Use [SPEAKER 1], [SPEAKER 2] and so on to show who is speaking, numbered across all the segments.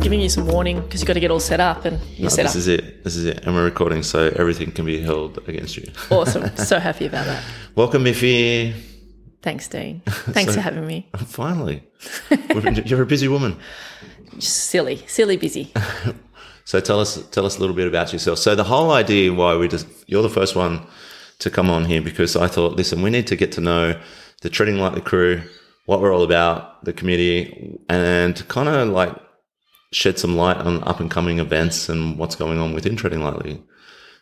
[SPEAKER 1] giving you some warning because you've got to get all set up and you're
[SPEAKER 2] No,
[SPEAKER 1] set
[SPEAKER 2] this
[SPEAKER 1] up.
[SPEAKER 2] is it. This is it. And we're recording, so everything can be held against you.
[SPEAKER 1] Awesome. so happy about that.
[SPEAKER 2] Welcome, Miffy.
[SPEAKER 1] Thanks, Dean. Thanks
[SPEAKER 2] So-
[SPEAKER 1] for having me.
[SPEAKER 2] Finally. We've been- You're a busy woman.
[SPEAKER 1] Just silly, silly busy.
[SPEAKER 2] So tell us tell us a little bit about yourself. So the whole idea why we just you're the first one to come on here because I thought, listen, we need to get to know the treading like the crew, what we're all about, the community, and kind of like shed some light on up and coming events and what's going on within treading lightly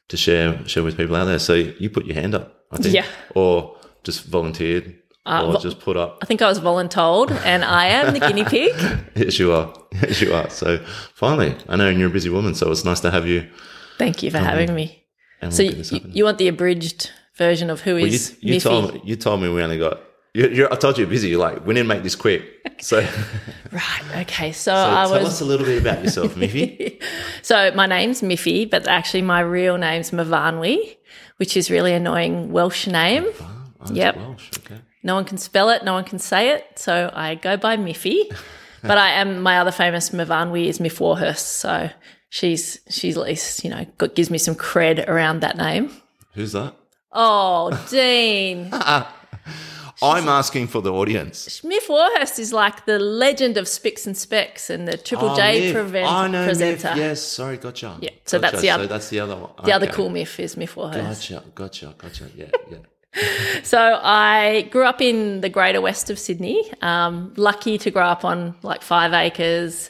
[SPEAKER 2] to share share with people out there. So you put your hand up, I think,
[SPEAKER 1] Yeah. Uh,
[SPEAKER 2] or just volunteered, or just put up.
[SPEAKER 1] I think I was voluntold and I am the guinea pig.
[SPEAKER 2] Yes, you are. Yes, you are. So finally, I know, and you're a busy woman, so it's nice to have you.
[SPEAKER 1] Thank you for having me.
[SPEAKER 2] And
[SPEAKER 1] So
[SPEAKER 2] we'll
[SPEAKER 1] you,
[SPEAKER 2] get this
[SPEAKER 1] you,
[SPEAKER 2] up and-
[SPEAKER 1] you want the abridged version of who
[SPEAKER 2] Well, you,
[SPEAKER 1] is
[SPEAKER 2] you
[SPEAKER 1] Miffy?
[SPEAKER 2] told me, you told me we only got. You, you're, I told you you're busy. You're like, we need to make this quick. So, so
[SPEAKER 1] Right. Okay. So, I
[SPEAKER 2] tell
[SPEAKER 1] was.
[SPEAKER 2] us a little bit about yourself, Miffy.
[SPEAKER 1] So my name's Miffy, but actually my real name's Mavanwi, which is really annoying Welsh name.
[SPEAKER 2] Oh,
[SPEAKER 1] Yep.
[SPEAKER 2] Welsh, okay.
[SPEAKER 1] No one can spell it, no one can say it, so I go by Miffy. but I am my other famous Mavanwi is Miff Warhurst, so she's she's at least you know got, gives me some cred around that name.
[SPEAKER 2] Who's that?
[SPEAKER 1] Oh, Dean,
[SPEAKER 2] I'm asking for the audience.
[SPEAKER 1] Miff Warhurst is like the legend of Spicks and Specks and the Triple
[SPEAKER 2] Oh,
[SPEAKER 1] J
[SPEAKER 2] Miff.
[SPEAKER 1] prevent-
[SPEAKER 2] I know, Miff.
[SPEAKER 1] presenter.
[SPEAKER 2] Yes, sorry, gotcha. Yeah,
[SPEAKER 1] so that's the other-
[SPEAKER 2] So that's the other one.
[SPEAKER 1] The other cool Miff is Miff Warhurst.
[SPEAKER 2] Gotcha, gotcha, gotcha. Yeah, yeah.
[SPEAKER 1] So I grew up in the greater west of Sydney. Um, lucky to grow up on like five acres,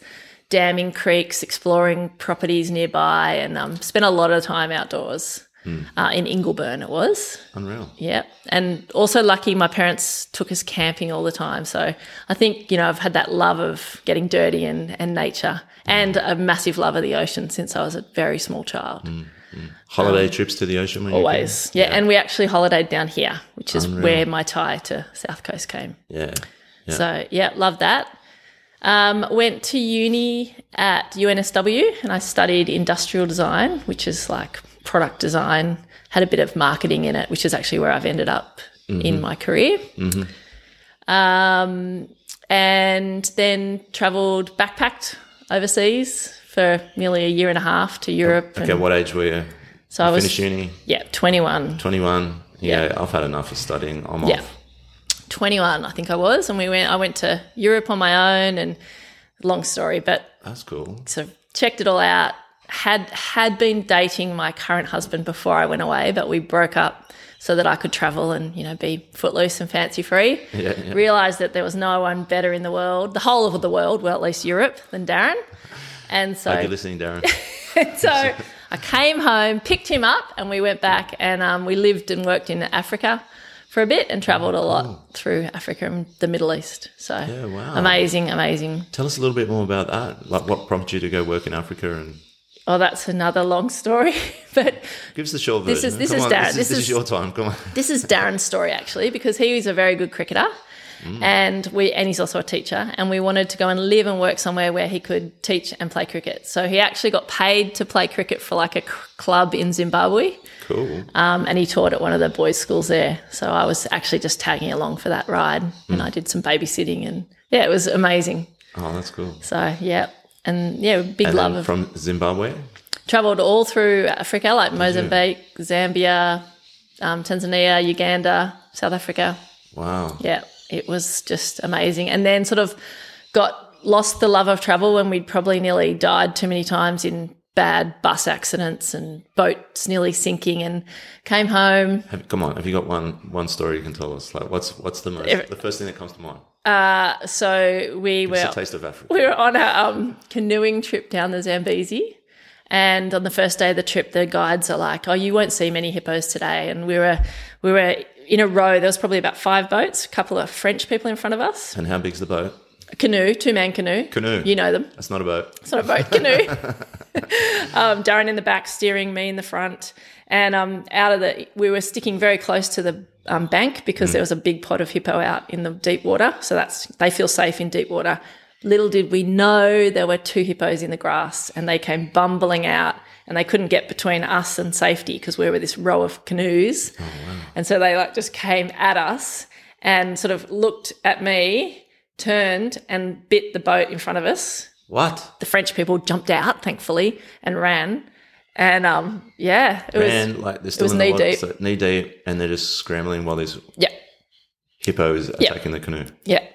[SPEAKER 1] damming creeks, exploring properties nearby, and um, spent a lot of time outdoors uh, in Ingleburn. It was,
[SPEAKER 2] Unreal.
[SPEAKER 1] yeah, and also lucky my parents took us camping all the time. So I think you know I've had that love of getting dirty and and nature, and a massive love of the ocean since I was a very small child
[SPEAKER 2] Holiday trips to the ocean. When you
[SPEAKER 1] always. Yeah, and we actually holidayed down here, which is where my tie to South Coast came.
[SPEAKER 2] can? Yeah. Yeah.
[SPEAKER 1] So yeah, love that. Um, went to uni at UNSW and I studied industrial design, which is like product design. Had a bit of marketing in it, which is actually where I've ended up
[SPEAKER 2] Mm-hmm.
[SPEAKER 1] in my career. Um, and then travelled backpacked overseas for nearly a year and a half to Europe. and-
[SPEAKER 2] Oh, Okay. What age were you?
[SPEAKER 1] so I was
[SPEAKER 2] Finished uni.
[SPEAKER 1] yeah, twenty one.
[SPEAKER 2] Twenty one. Yeah,
[SPEAKER 1] Yeah.
[SPEAKER 2] I've had enough of studying. I'm
[SPEAKER 1] Yeah.
[SPEAKER 2] off.
[SPEAKER 1] 21, I think I was. And we went, I went to Europe on my own and long story, but
[SPEAKER 2] That's cool.
[SPEAKER 1] so checked it all out. Had, had been dating my current husband before I went away, but we broke up so that I could travel and, you know, be footloose and fancy free.
[SPEAKER 2] Yeah, yeah.
[SPEAKER 1] Realized that there was no one better in the world, the whole of the world, well, at least Europe than Darren. And so
[SPEAKER 2] Are you listening, Darren?
[SPEAKER 1] so I came home, picked him up, and we went back and um, we lived and worked in Africa for a bit and traveled a lot through Africa and the Middle East. So
[SPEAKER 2] Mm. Yeah, wow.
[SPEAKER 1] amazing, amazing.
[SPEAKER 2] Tell us a little bit more about that. Like, what prompted you to go work in Africa? And
[SPEAKER 1] Oh, that's another long story, but
[SPEAKER 2] give us the short
[SPEAKER 1] This
[SPEAKER 2] version.
[SPEAKER 1] is- this
[SPEAKER 2] Come
[SPEAKER 1] is
[SPEAKER 2] on,
[SPEAKER 1] Darren.
[SPEAKER 2] This, is,
[SPEAKER 1] This
[SPEAKER 2] this
[SPEAKER 1] is-
[SPEAKER 2] is your time. Come on.
[SPEAKER 1] this is Darren's story actually because he was a very good cricketer.
[SPEAKER 2] Mm.
[SPEAKER 1] And we and he's also a teacher, and we wanted to go and live and work somewhere where he could teach and play cricket. So he actually got paid to play cricket for like a c- club in Zimbabwe.
[SPEAKER 2] Cool.
[SPEAKER 1] Um, and he taught at one of the boys' schools there. So I was actually just tagging along for that ride
[SPEAKER 2] Hmm.
[SPEAKER 1] and I did some babysitting and yeah, it was amazing.
[SPEAKER 2] Oh, that's cool.
[SPEAKER 1] So yeah. And yeah, big
[SPEAKER 2] And
[SPEAKER 1] love
[SPEAKER 2] then
[SPEAKER 1] of
[SPEAKER 2] from Zimbabwe.
[SPEAKER 1] traveled all through Africa, like Mozambique, Zambia, um, Tanzania, Uganda, South Africa.
[SPEAKER 2] Wow.
[SPEAKER 1] Yeah, it was just amazing. And then sort of got lost the love of travel when we'd probably nearly died too many times in bad bus accidents and boats nearly sinking and came home
[SPEAKER 2] Have, come on. Have you got one one story you can tell us? Like, what's what's the most the first thing that comes to mind?
[SPEAKER 1] So we
[SPEAKER 2] It's
[SPEAKER 1] were
[SPEAKER 2] a taste of Africa.
[SPEAKER 1] we were on a um, canoeing trip down the Zambezi, and on the first day of the trip, the guides are like, "Oh, you won't see many hippos today." And we were we were in a row. There was probably about five boats, a couple of French people in front of us,
[SPEAKER 2] And how big's the boat?
[SPEAKER 1] a canoe, two man canoe.
[SPEAKER 2] Canoe.
[SPEAKER 1] You know them.
[SPEAKER 2] That's not a boat.
[SPEAKER 1] It's not a boat canoe. um, Darren in the back steering, me in the front, and um, out of the we were sticking very close to the um, bank because there was a big pod of hippo out in the deep water, so that's they feel safe in deep water. Little did we know there were two hippos in the grass, and they came bumbling out, and they couldn't get between us and safety because we were this row of canoes, and so they like just came at us and sort of looked at me, turned and bit the boat in front of us
[SPEAKER 2] What?
[SPEAKER 1] The French people jumped out, thankfully, and ran. And um, yeah, it
[SPEAKER 2] Ran
[SPEAKER 1] was
[SPEAKER 2] like they're
[SPEAKER 1] was
[SPEAKER 2] still in the
[SPEAKER 1] knee
[SPEAKER 2] water,
[SPEAKER 1] deep.
[SPEAKER 2] so knee deep, and they're just scrambling while these
[SPEAKER 1] yeah,
[SPEAKER 2] hippos
[SPEAKER 1] Yeah.
[SPEAKER 2] attacking the canoe,
[SPEAKER 1] yeah,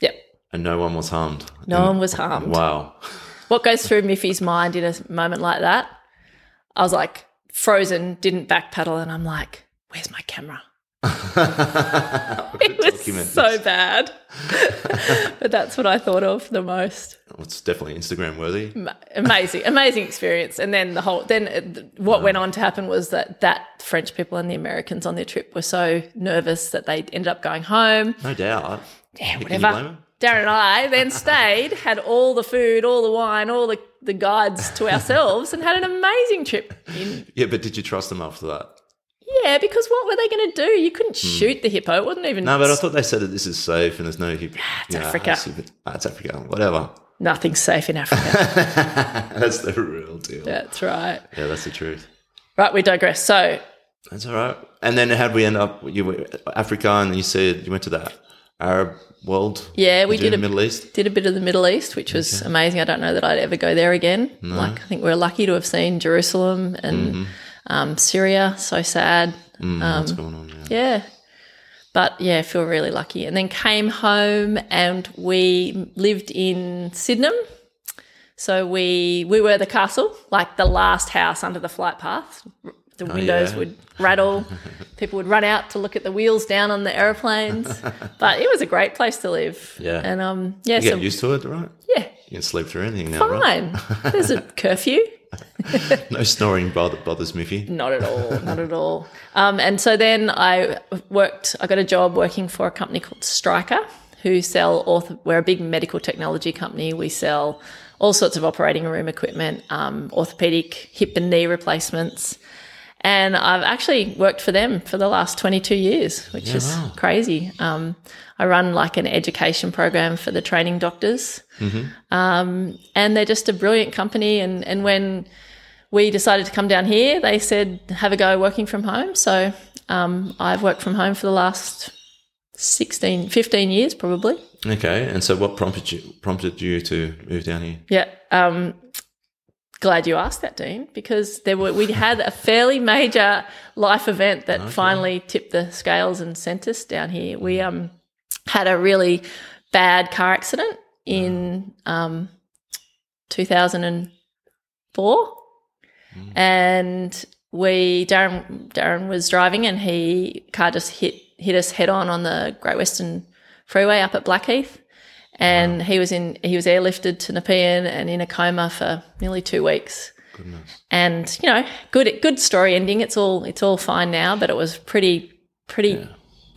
[SPEAKER 1] yeah.
[SPEAKER 2] and no one was harmed.
[SPEAKER 1] No
[SPEAKER 2] And-
[SPEAKER 1] one was harmed.
[SPEAKER 2] Wow.
[SPEAKER 1] What goes through Miffy's mind in a moment like that? I was like frozen, didn't backpedal, and I'm like, "Where's my camera?" It was
[SPEAKER 2] Document
[SPEAKER 1] so
[SPEAKER 2] this.
[SPEAKER 1] bad, but that's what I thought of the most.
[SPEAKER 2] It's definitely Instagram worthy.
[SPEAKER 1] Ma- amazing amazing experience and then the whole then uh, th- what went on to happen was that that french people and the americans on their trip were so nervous that they ended up going home
[SPEAKER 2] No doubt.
[SPEAKER 1] yeah
[SPEAKER 2] you
[SPEAKER 1] whatever
[SPEAKER 2] blame 'em?
[SPEAKER 1] darren and i then stayed had all the food all the wine all the, the guides to ourselves and had an amazing trip in
[SPEAKER 2] Yeah, but did you trust them after that?
[SPEAKER 1] yeah because what were they going to do you couldn't shoot the hippo it wasn't even
[SPEAKER 2] Hmm. No, but I thought they said that this is safe and there's no hip.
[SPEAKER 1] it's Africa.
[SPEAKER 2] It's, ah, it's Africa. Whatever.
[SPEAKER 1] nothing's safe in africa
[SPEAKER 2] That's the real deal. Yeah,
[SPEAKER 1] that's right
[SPEAKER 2] that's the truth.
[SPEAKER 1] right we digress so
[SPEAKER 2] That's all right. And then how'd we end up? You were Africa, and you said you went to that Arab world.
[SPEAKER 1] Yeah, we
[SPEAKER 2] Did you
[SPEAKER 1] did
[SPEAKER 2] do
[SPEAKER 1] a-
[SPEAKER 2] Middle East.
[SPEAKER 1] Did a bit of the Middle East, which was amazing. I don't know that I'd ever go there again. Like I think we're lucky to have seen Jerusalem and um, Syria. So sad,
[SPEAKER 2] Mm-hmm. Mm,
[SPEAKER 1] um,
[SPEAKER 2] what's going on? Yeah.
[SPEAKER 1] yeah. But yeah, I feel really lucky. And then came home and we lived in Sydenham. So we we were the castle, like the last house under the flight path. The windows
[SPEAKER 2] Oh, yeah.
[SPEAKER 1] would rattle. People would run out to look at the wheels down on the aeroplanes. but it was a great place to live.
[SPEAKER 2] Yeah.
[SPEAKER 1] And um, yeah,
[SPEAKER 2] You
[SPEAKER 1] so
[SPEAKER 2] get used to it, right?
[SPEAKER 1] yeah,
[SPEAKER 2] You can sleep through anything now, right?
[SPEAKER 1] fine. There's a curfew.
[SPEAKER 2] No snoring bother, bothers Miffy.
[SPEAKER 1] Not at all. Not at all. Um, and so then I worked. I got a job working for a company called Striker, who sell ortho. We're a big medical technology company. We sell all sorts of operating room equipment, um, orthopedic hip and knee replacements. And I've actually worked for them for the last 22 years, which is
[SPEAKER 2] wow.
[SPEAKER 1] crazy. Um, I run like an education program for the training doctors. Um, and they're just a brilliant company. And, and when we decided to come down here, they said, have a go working from home. So um, I've worked from home for the last 16, 15 years probably.
[SPEAKER 2] Okay, and so what prompted you prompted you to move down here?
[SPEAKER 1] Yeah. Um, glad you asked that, Dean, because there were, we had a fairly major life event that finally tipped the scales and sent us down here. We um, had a really bad car accident in um, 2004, and we Darren Darren was driving, and he car just hit hit us head on on the Great Western Freeway up at Blackheath. And he was in he was airlifted to Nepean and in a coma for nearly two weeks
[SPEAKER 2] Goodness.
[SPEAKER 1] and you know good good story ending it's all it's all fine now but it was pretty pretty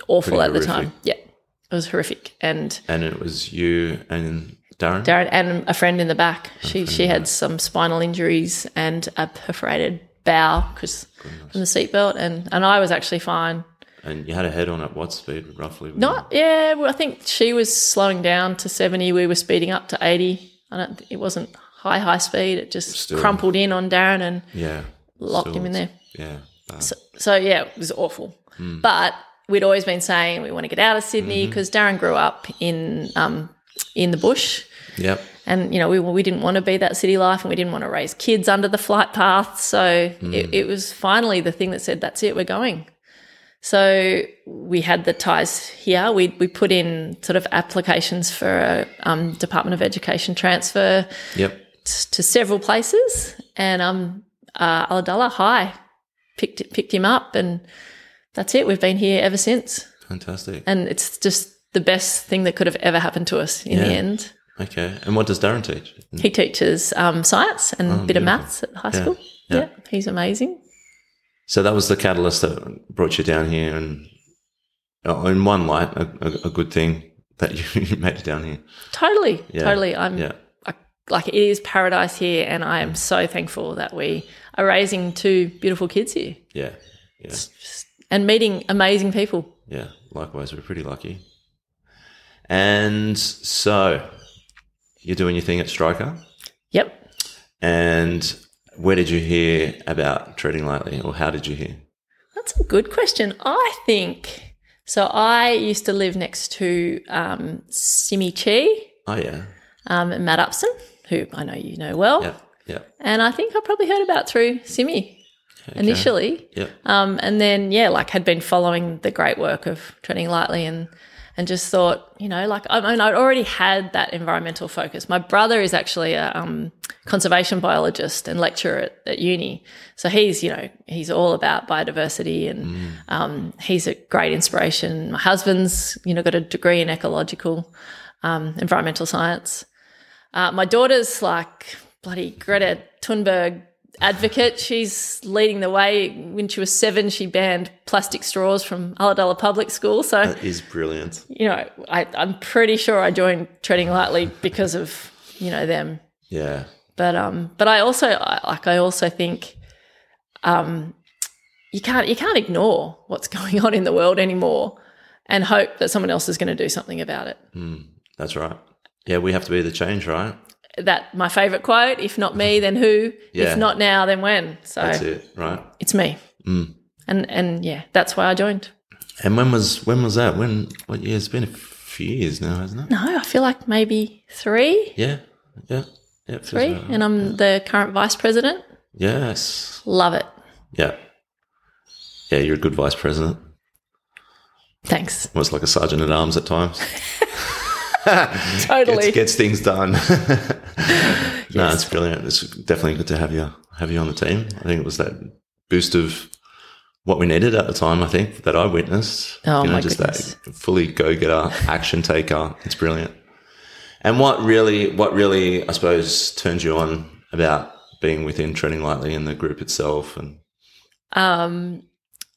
[SPEAKER 1] awful
[SPEAKER 2] Pretty
[SPEAKER 1] at the time
[SPEAKER 2] horrific.
[SPEAKER 1] yeah it was horrific and
[SPEAKER 2] And it was you and Darren.
[SPEAKER 1] Darren and a friend in the back she she had some spinal injuries and a perforated bow because from the seatbelt and and I was actually fine
[SPEAKER 2] And you had a head on at what speed, roughly?
[SPEAKER 1] not yeah well, I think she was slowing down to 70 we were speeding up to 80 I don't it wasn't high high speed it just
[SPEAKER 2] Still.
[SPEAKER 1] crumpled in on Darren and
[SPEAKER 2] Yeah.
[SPEAKER 1] locked him in there
[SPEAKER 2] Yeah. bad.
[SPEAKER 1] So yeah, it was awful. But we'd always been saying we want to get out of Sydney because Darren grew up in um, in the bush,
[SPEAKER 2] yep.
[SPEAKER 1] and you know we we didn't want to be that city life, and we didn't want to raise kids under the flight path. So it, it was finally the thing that said, "That's it, we're going." So we had the ties here. We we put in sort of applications for a um, Department of Education transfer
[SPEAKER 2] Yep.
[SPEAKER 1] t- to several places, and um, uh, Aladullah High picked picked him up, and that's it. We've been here ever since,
[SPEAKER 2] Fantastic.
[SPEAKER 1] and it's just the best thing that could have ever happened to us in the
[SPEAKER 2] Yeah.
[SPEAKER 1] end.
[SPEAKER 2] Okay. And what does Darren teach?
[SPEAKER 1] He teaches um, science and a bit
[SPEAKER 2] Oh, beautiful.
[SPEAKER 1] of maths at high
[SPEAKER 2] Yeah.
[SPEAKER 1] school.
[SPEAKER 2] Yeah.
[SPEAKER 1] Yeah. he's amazing.
[SPEAKER 2] So that was the catalyst that brought you down here, and oh, in one light, a, a, a good thing that you, you made it down here.
[SPEAKER 1] Totally,
[SPEAKER 2] Yeah.
[SPEAKER 1] totally. I'm
[SPEAKER 2] Yeah. Mm.
[SPEAKER 1] I, like it is paradise here, and I am so thankful that we are raising two beautiful kids here
[SPEAKER 2] Yeah. Yeah.
[SPEAKER 1] and meeting amazing people.
[SPEAKER 2] Yeah. Likewise, we're pretty lucky. And so you're doing your thing at Striker.
[SPEAKER 1] Yep.
[SPEAKER 2] And where did you hear about treading lightly, or how did you hear?
[SPEAKER 1] That's a good question. I think so. I used to live next to um, Simi Chi,
[SPEAKER 2] Oh yeah,
[SPEAKER 1] um, and Matt Upson, who I know you know well.
[SPEAKER 2] Yeah. Yeah.
[SPEAKER 1] And I think I probably heard about through Simi initially.
[SPEAKER 2] Yeah.
[SPEAKER 1] Um, and then, yeah, like had been following the great work of Treading Lightly and and just thought, you know, like I mean, I'd already had that environmental focus. My brother is actually a um, conservation biologist and lecturer at, at uni, so he's you know he's all about biodiversity and um, he's a great inspiration. My husband's you know got a degree in ecological um, environmental science. Uh, my daughter's like bloody Greta Thunberg advocate. She's leading the way. When she was seven, she banned plastic straws from Ulladulla Public School. So
[SPEAKER 2] That is brilliant.
[SPEAKER 1] you know, I, I'm pretty sure I joined Treading Lightly because of you know them.
[SPEAKER 2] Yeah.
[SPEAKER 1] But um, but I also I, like I also think, um, you can't you can't ignore what's going on in the world anymore, and hope that someone else is going to do something about it.
[SPEAKER 2] That's right. Yeah, we have to be the change, right?
[SPEAKER 1] That my favorite quote: "If not me, then who?
[SPEAKER 2] Yeah.
[SPEAKER 1] If not now, then when?" So
[SPEAKER 2] That's it, Mm. right?
[SPEAKER 1] it's me, and and yeah, that's why I joined.
[SPEAKER 2] And when was when was that? When what year? It's been a few years now, hasn't it?
[SPEAKER 1] No, I feel like maybe three,
[SPEAKER 2] Yeah. Yeah. Yeah. it feels
[SPEAKER 1] three,
[SPEAKER 2] right.
[SPEAKER 1] and I'm the current vice president.
[SPEAKER 2] Yes.
[SPEAKER 1] Love it.
[SPEAKER 2] Yeah. Yeah, you're a good vice president.
[SPEAKER 1] Thanks.
[SPEAKER 2] Almost like a sergeant at arms at times.
[SPEAKER 1] Totally.
[SPEAKER 2] Gets, gets things done. No, it's brilliant. It's definitely good to have you have you on the team. I think it was that boost of what we needed at the time. I think that I witnessed.
[SPEAKER 1] Oh,
[SPEAKER 2] you know,
[SPEAKER 1] my
[SPEAKER 2] just
[SPEAKER 1] goodness.
[SPEAKER 2] that fully go getter, action taker. It's brilliant. And what really, what really, I suppose, turned you on about being within Treading Lightly and the group itself, and
[SPEAKER 1] um,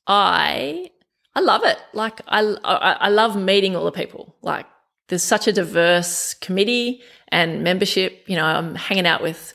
[SPEAKER 1] I I love it. Like I, I I love meeting all the people. Like there's such a diverse committee and membership. You know, I'm hanging out with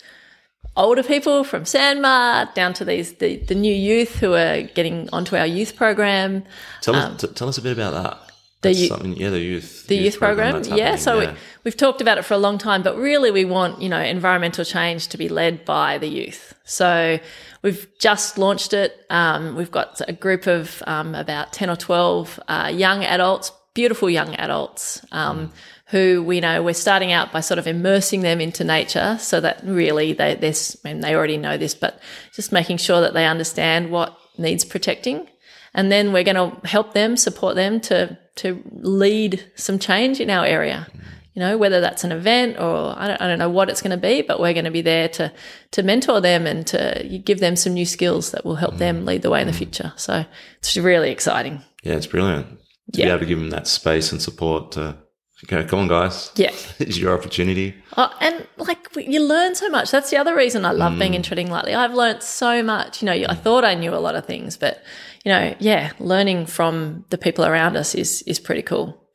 [SPEAKER 1] older people from Sandmar down to these the, the new youth who are getting onto our youth program.
[SPEAKER 2] tell us, t- tell us a bit about that.
[SPEAKER 1] Um, the
[SPEAKER 2] That's
[SPEAKER 1] you-
[SPEAKER 2] something, yeah, the youth,
[SPEAKER 1] the youth, program,
[SPEAKER 2] that's
[SPEAKER 1] yeah
[SPEAKER 2] happening,
[SPEAKER 1] so
[SPEAKER 2] yeah.
[SPEAKER 1] We, we've talked about it for a long time but really we want you know environmental change to be led by the youth so we've just launched it um, we've got a group of um, about 10 or 12 uh, young adults beautiful young adults um, who we know we're starting out by sort of immersing them into nature so that really they this and they already know this but just making sure that they understand what needs protecting and then we're going to help them support them to to lead some change in our area you know whether that's an event or I don't, I don't know what it's going to be but we're going to be there to to mentor them and to give them some new skills that will help them lead the way in the future so it's really exciting
[SPEAKER 2] yeah, it's brilliant to be
[SPEAKER 1] Yeah.
[SPEAKER 2] able to give them that space and support to go. Come on, guys,
[SPEAKER 1] yeah
[SPEAKER 2] it's your opportunity.
[SPEAKER 1] Oh, and like w- you learn so much. That's the other reason I love being in Treading Lightly. I've learnt so much. You know, I thought I knew a lot of things, but you know, yeah, learning from the people around us is is pretty cool.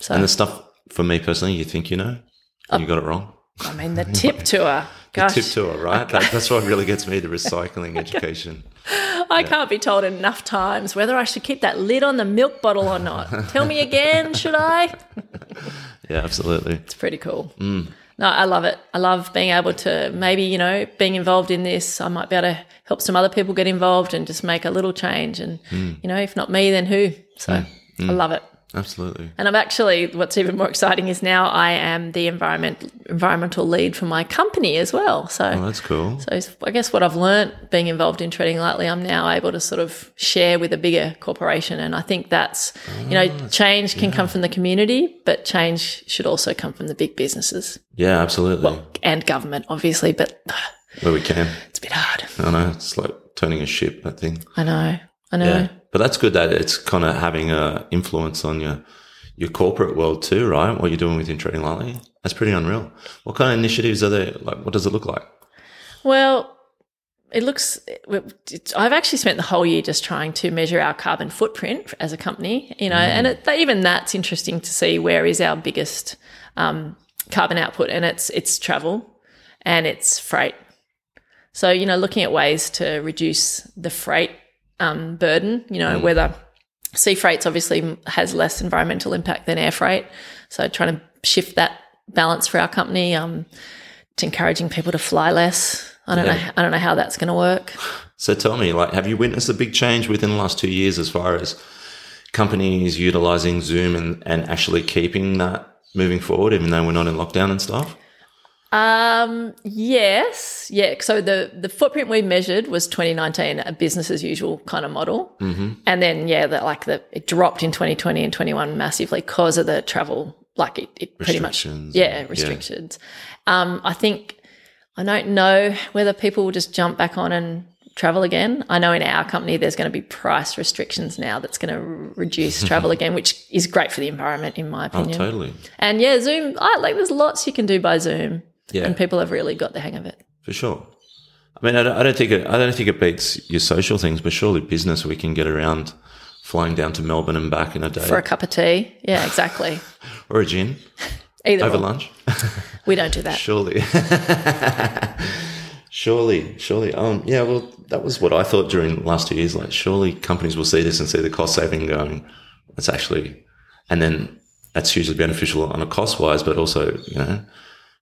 [SPEAKER 1] So
[SPEAKER 2] And the stuff for me personally, you think you know, and you got it wrong.
[SPEAKER 1] I mean, the tip tour. Gosh,
[SPEAKER 2] Tip tour, right? That, that's what really gets me the recycling education.
[SPEAKER 1] I can't be told enough times whether I should keep that lid on the milk bottle or not. Tell me again, should I?
[SPEAKER 2] Yeah, absolutely.
[SPEAKER 1] It's pretty cool. No, I love it. I love being able to maybe, you know, being involved in this. I might be able to help some other people get involved and just make a little change. And, you know, if not me, then who? So I love it.
[SPEAKER 2] Absolutely.
[SPEAKER 1] And I'm actually, what's even more exciting is now I am the environment, environmental lead for my company as well. So
[SPEAKER 2] Well, Oh, that's cool.
[SPEAKER 1] So it's- I guess what I've learnt being involved in Treading Lightly, I'm now able to sort of share with a bigger corporation. And I think that's, you know, change can come from the community, but change should also come from the big businesses
[SPEAKER 2] yeah, absolutely.
[SPEAKER 1] and government, obviously, but
[SPEAKER 2] Where we can.
[SPEAKER 1] it's a bit hard.
[SPEAKER 2] I know. It's like turning a ship, that thing.
[SPEAKER 1] I know. I know.
[SPEAKER 2] Yeah. But that's good that it's kind of having a influence on your your corporate world too, right? What you're doing within Trading Lightly. That's pretty unreal. What kind of initiatives are there? Like, what does it look like?
[SPEAKER 1] Well, it looks. It, I've actually spent the whole year just trying to measure our carbon footprint as a company, you know, and it, that, even that's interesting to see where is our biggest um, carbon output, and it's it's travel, and it's freight. So you know, looking at ways to reduce the freight um, burden, you know, whether sea freight's obviously has less environmental impact than air freight, so trying to shift that balance for our company. Um, it's encouraging people to fly less. I don't know. I don't know how that's going to work.
[SPEAKER 2] So tell me, like, have you witnessed a big change within the last two years as far as companies utilizing Zoom and, and actually keeping that moving forward, even though we're not in lockdown and stuff?
[SPEAKER 1] Um, yes, yeah. So the the footprint we measured was 2019, a business as usual kind of model, mm-hmm. and then yeah, that like the it dropped in 2020 and 21 massively because of the travel, like it, it pretty much
[SPEAKER 2] Restrictions
[SPEAKER 1] yeah
[SPEAKER 2] and-
[SPEAKER 1] restrictions. Um, I think I don't know whether people will just jump back on and travel again. I know in our company there's going to be price restrictions now that's going to reduce travel again, which is great for the environment in my
[SPEAKER 2] Oh,
[SPEAKER 1] opinion.
[SPEAKER 2] totally.
[SPEAKER 1] And yeah, Zoom, I like there's lots you can do by Zoom.
[SPEAKER 2] Yeah.
[SPEAKER 1] And people have really got the hang of it.
[SPEAKER 2] For sure. I mean, I don't, I don't think it, I don't think it beats your social things, but surely business we can get around flying down to Melbourne and back in a day,
[SPEAKER 1] For a cup of tea. Yeah, exactly.
[SPEAKER 2] or a gin
[SPEAKER 1] Either
[SPEAKER 2] over
[SPEAKER 1] or.
[SPEAKER 2] lunch.
[SPEAKER 1] we don't do that.
[SPEAKER 2] surely, surely, surely. Um, yeah. Well, that was what I thought during the last two years. Like, surely companies will see this and see the cost saving going. That's actually, and then that's hugely beneficial on a cost wise, but also you know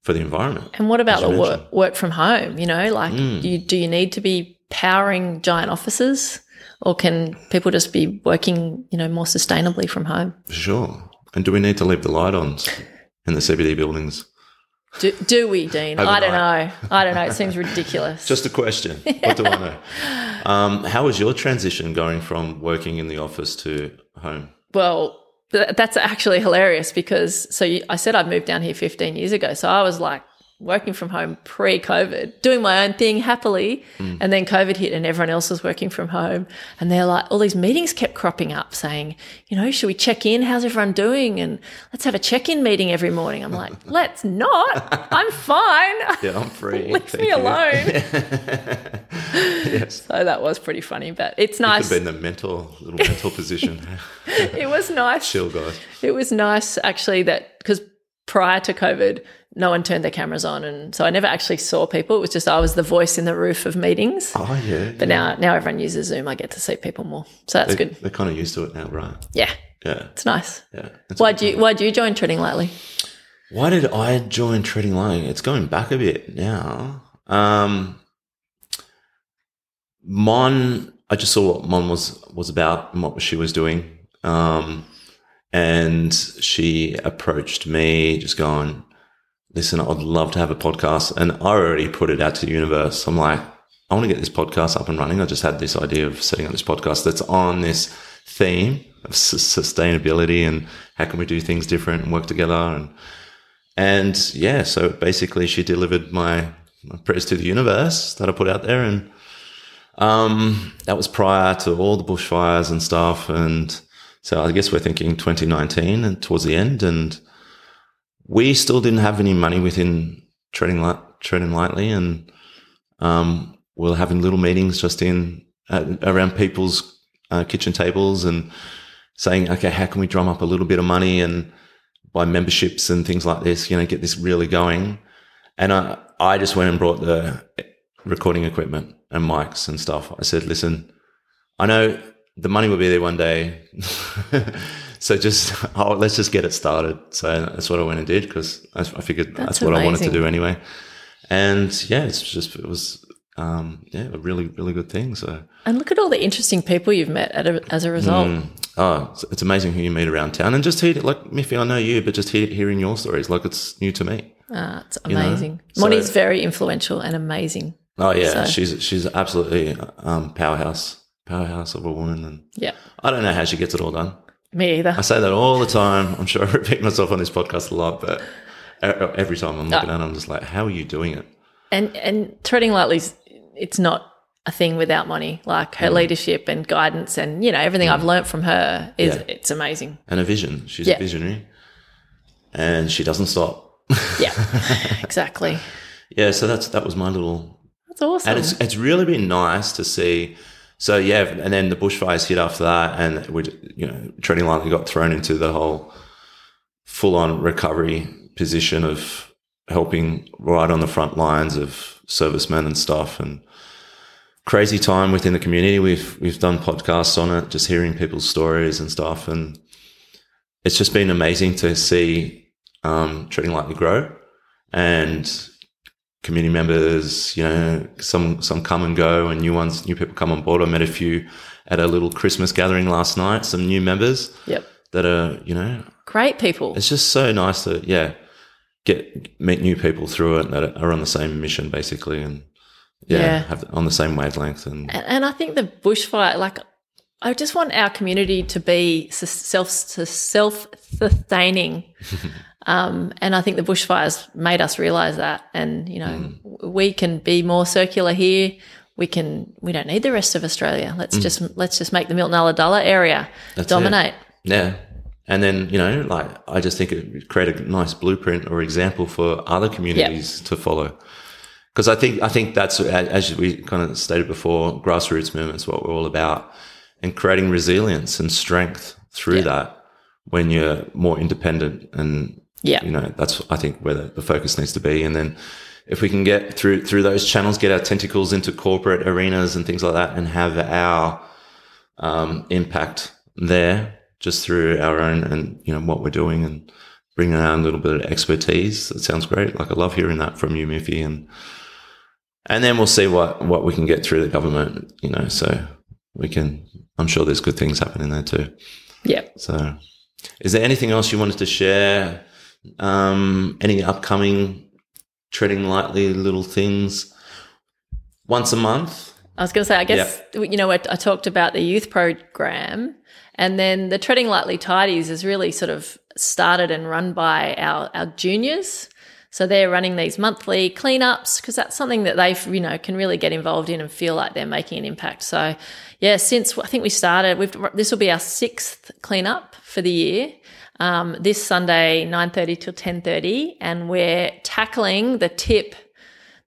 [SPEAKER 2] for the environment.
[SPEAKER 1] And what about the work, work from home? You know, like
[SPEAKER 2] Mm.
[SPEAKER 1] you, do you need to be powering giant offices or can people just be working, you know, more sustainably from home?
[SPEAKER 2] For sure. And do we need to leave the light on in the CBD buildings?
[SPEAKER 1] Do, do we, Dean? I don't know.
[SPEAKER 2] Overnight.
[SPEAKER 1] I don't know. It seems ridiculous.
[SPEAKER 2] Just a question. What do I know? Um, how was your transition going from working in the office to home?
[SPEAKER 1] Well, th- that's actually hilarious because so you, I said I moved down here 15 years ago. So I was like working from home pre COVID, doing my own thing happily.
[SPEAKER 2] Mm.
[SPEAKER 1] And then COVID hit and everyone else was working from home. And they're like, all these meetings kept cropping up saying, you know, should we check in? How's everyone doing? And let's have a check in meeting every morning. I'm like, let's not. I'm fine.
[SPEAKER 2] Yeah, I'm free.
[SPEAKER 1] Leave
[SPEAKER 2] Thank
[SPEAKER 1] me
[SPEAKER 2] you.
[SPEAKER 1] alone.
[SPEAKER 2] yes.
[SPEAKER 1] so that was pretty funny, but it's
[SPEAKER 2] I've
[SPEAKER 1] nice.
[SPEAKER 2] been the mental, little mental position.
[SPEAKER 1] It was nice.
[SPEAKER 2] Chill, guys.
[SPEAKER 1] It was nice actually that because prior to COVID, no one turned their cameras on, and so I never actually saw people. It was just I was the voice in the roof of meetings.
[SPEAKER 2] Oh, yeah.
[SPEAKER 1] But now, now everyone uses Zoom. I get to see people more, so that's good.
[SPEAKER 2] They're kind of used to it now, right?
[SPEAKER 1] Yeah,
[SPEAKER 2] Yeah.
[SPEAKER 1] it's nice.
[SPEAKER 2] Yeah. It's-
[SPEAKER 1] Why do you Why do you join Treading Lightly?
[SPEAKER 2] Why did I join Treading Lightly? It's going back a bit now. Um, Mon, I just saw what Mon was was about and what she was doing, um, and she approached me, just going, "Listen, I'd love to have a podcast," and I already put it out to the universe. I'm like, I want to get this podcast up and running. I just had this idea of setting up this podcast that's on this theme of sus- sustainability and how can we do things different and work together and and yeah, so basically, she delivered my, my prayers to the universe that I put out there, and um, that was prior to all the bushfires and stuff. And so I guess we're thinking 2019 and towards the end, and we still didn't have any money within treading light, treading lightly, and um, we we're having little meetings just in uh, around people's uh, kitchen tables and saying, okay, how can we drum up a little bit of money and by memberships and things like this, you know, get this really going. And I, I just went and brought the recording equipment and mics and stuff. I said, listen, I know the money will be there one day. so just, oh, let's just get it started. So that's what I went and did because I, I figured that's, what I wanted to
[SPEAKER 1] amazing.
[SPEAKER 2] do anyway. And yeah, it's just, it was, um, yeah, a really, really good thing. So,
[SPEAKER 1] And look at all the interesting people you've met at a, as a result.
[SPEAKER 2] Oh, it's, it's amazing who you meet around town, and just hear like Miffy. I know you, but just hear, hearing your stories, like it's new to me.
[SPEAKER 1] Ah, it's
[SPEAKER 2] know,
[SPEAKER 1] amazing.
[SPEAKER 2] so-
[SPEAKER 1] Moni's very influential and amazing.
[SPEAKER 2] Oh
[SPEAKER 1] So-
[SPEAKER 2] yeah, she's she's absolutely um, powerhouse powerhouse of a woman, and
[SPEAKER 1] Yeah,
[SPEAKER 2] I don't know how she gets it all done.
[SPEAKER 1] me either.
[SPEAKER 2] I say that all the time. I'm sure I repeat myself on this podcast a lot, but e- every time I'm
[SPEAKER 1] Oh.
[SPEAKER 2] looking at, it, I'm just like, how are you doing it?
[SPEAKER 1] and and treading lightly's it's not a thing without money like her leadership and guidance and you know everything i've learnt from her is
[SPEAKER 2] Yeah.
[SPEAKER 1] it's amazing
[SPEAKER 2] And a vision. She's a
[SPEAKER 1] Yeah.
[SPEAKER 2] visionary, and she doesn't stop.
[SPEAKER 1] yeah exactly
[SPEAKER 2] Yeah, so that's that was my little
[SPEAKER 1] that's awesome
[SPEAKER 2] And it's it's really been nice to see. So yeah, and then the bushfires hit after that, and we you know treading lightly got thrown into the whole full on recovery position of helping right on the front lines of servicemen and stuff and crazy time within the community we've we've done podcasts on it just hearing people's stories and stuff and it's just been amazing to see um treading lightly grow and community members, you know, some some come and go, and new ones, new people come on board. I met a few at a little Christmas gathering last night. Some new members
[SPEAKER 1] yep
[SPEAKER 2] that are, you know,
[SPEAKER 1] Great people.
[SPEAKER 2] It's just so nice to yeah get meet new people through it that are on the same mission basically, and yeah,
[SPEAKER 1] Yeah.
[SPEAKER 2] have on the same wavelength. And
[SPEAKER 1] And, and I think the bushfire, like, I just want our community to be s- self self sustaining. um, and I think the bushfires made us realize that. And, you know,
[SPEAKER 2] Mm.
[SPEAKER 1] w- we can be more circular here. We can, we don't need the rest of Australia. Let's just, let's just make the Milton Ulladulla area
[SPEAKER 2] Mm. That's it.
[SPEAKER 1] dominate.
[SPEAKER 2] yeah, and then you know like I just think it would create a nice blueprint or example for other communities to follow. Because I think I think that's as we kind of stated before, grassroots movements what we're all about, and creating resilience and strength through that when you're more independent and
[SPEAKER 1] Yeah.
[SPEAKER 2] you know that's i think where the, the focus needs to be and then if we can get through through those channels get our tentacles into corporate arenas and things like that and have our um, impact there just through our own and you know what we're doing and bringing our own little bit of expertise that sounds great like i love hearing that from you miffy and and then we'll see what what we can get through the government you know so we can i'm sure there's good things happening there too
[SPEAKER 1] Yeah.
[SPEAKER 2] so, is there anything else you wanted to share? Um, any upcoming treading lightly little things? Once a month?
[SPEAKER 1] I was going to say, I guess, you know, I, I talked about the youth program and then the Treading Lightly Tidies is really sort of started and run by our, our juniors. So they're running these monthly cleanups because that's something that they, you know, can really get involved in and feel like they're making an impact. So, yeah, since I think we started, we've, this will be our sixth cleanup for the year. Um, this Sunday, 9.30 till 10.30 and we're tackling the tip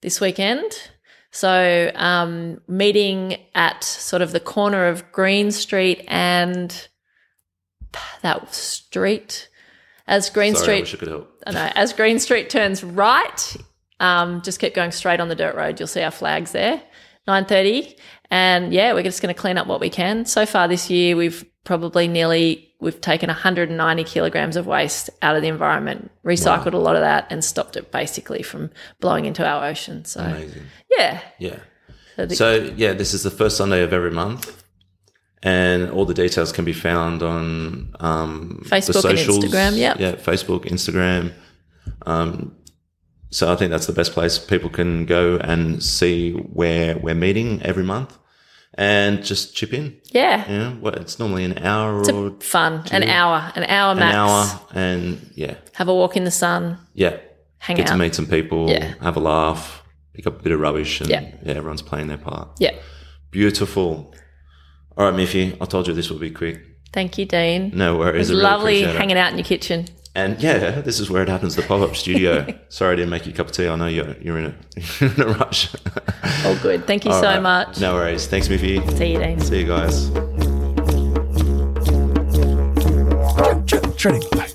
[SPEAKER 1] this weekend. So, um, meeting at sort of the corner of Green Street and that street, as Green
[SPEAKER 2] Sorry, I
[SPEAKER 1] Street
[SPEAKER 2] wish I could help.
[SPEAKER 1] I know. As Green Street turns right, um, just keep going straight on the dirt road. You'll see our flags there. Nine thirty, and yeah, we're just going to clean up what we can. So far this year, we've probably nearly we've taken 190 kilograms of waste out of the environment, recycled a lot of that, and stopped it basically from blowing into our ocean. So
[SPEAKER 2] Amazing.
[SPEAKER 1] yeah,
[SPEAKER 2] Yeah.
[SPEAKER 1] Uh, So the-
[SPEAKER 2] So, yeah, this is the first Sunday of every month. And all the details can be found on um,
[SPEAKER 1] Facebook and Instagram, yep.
[SPEAKER 2] Yeah, Facebook, Instagram. Um, so I think that's the best place people can go and see where we're meeting every month and just chip in.
[SPEAKER 1] yeah,
[SPEAKER 2] Yeah, well, it's normally an hour or an
[SPEAKER 1] fun. An hour, an hour max.
[SPEAKER 2] hour, and yeah,
[SPEAKER 1] Have a walk in the sun.
[SPEAKER 2] yeah,
[SPEAKER 1] Hang
[SPEAKER 2] get to
[SPEAKER 1] out.
[SPEAKER 2] meet some people,
[SPEAKER 1] Yeah.
[SPEAKER 2] have a laugh, pick up a bit of rubbish, and
[SPEAKER 1] Yeah.
[SPEAKER 2] yeah, everyone's playing their part.
[SPEAKER 1] Yeah.
[SPEAKER 2] Beautiful. All right, Miffy, I told you this would be quick.
[SPEAKER 1] Thank you, Dean.
[SPEAKER 2] No worries.
[SPEAKER 1] it was
[SPEAKER 2] I really
[SPEAKER 1] lovely
[SPEAKER 2] appreciate it.
[SPEAKER 1] hanging out in your kitchen.
[SPEAKER 2] And yeah, this is where it happens. The pop up studio. Sorry, I didn't make you a cup of tea. I know you're you're in a, in a rush.
[SPEAKER 1] All good. Thank you so
[SPEAKER 2] All right.
[SPEAKER 1] much.
[SPEAKER 2] No worries. Thanks, Miffy.
[SPEAKER 1] See you, Dean.
[SPEAKER 2] See you guys.
[SPEAKER 3] Treading light.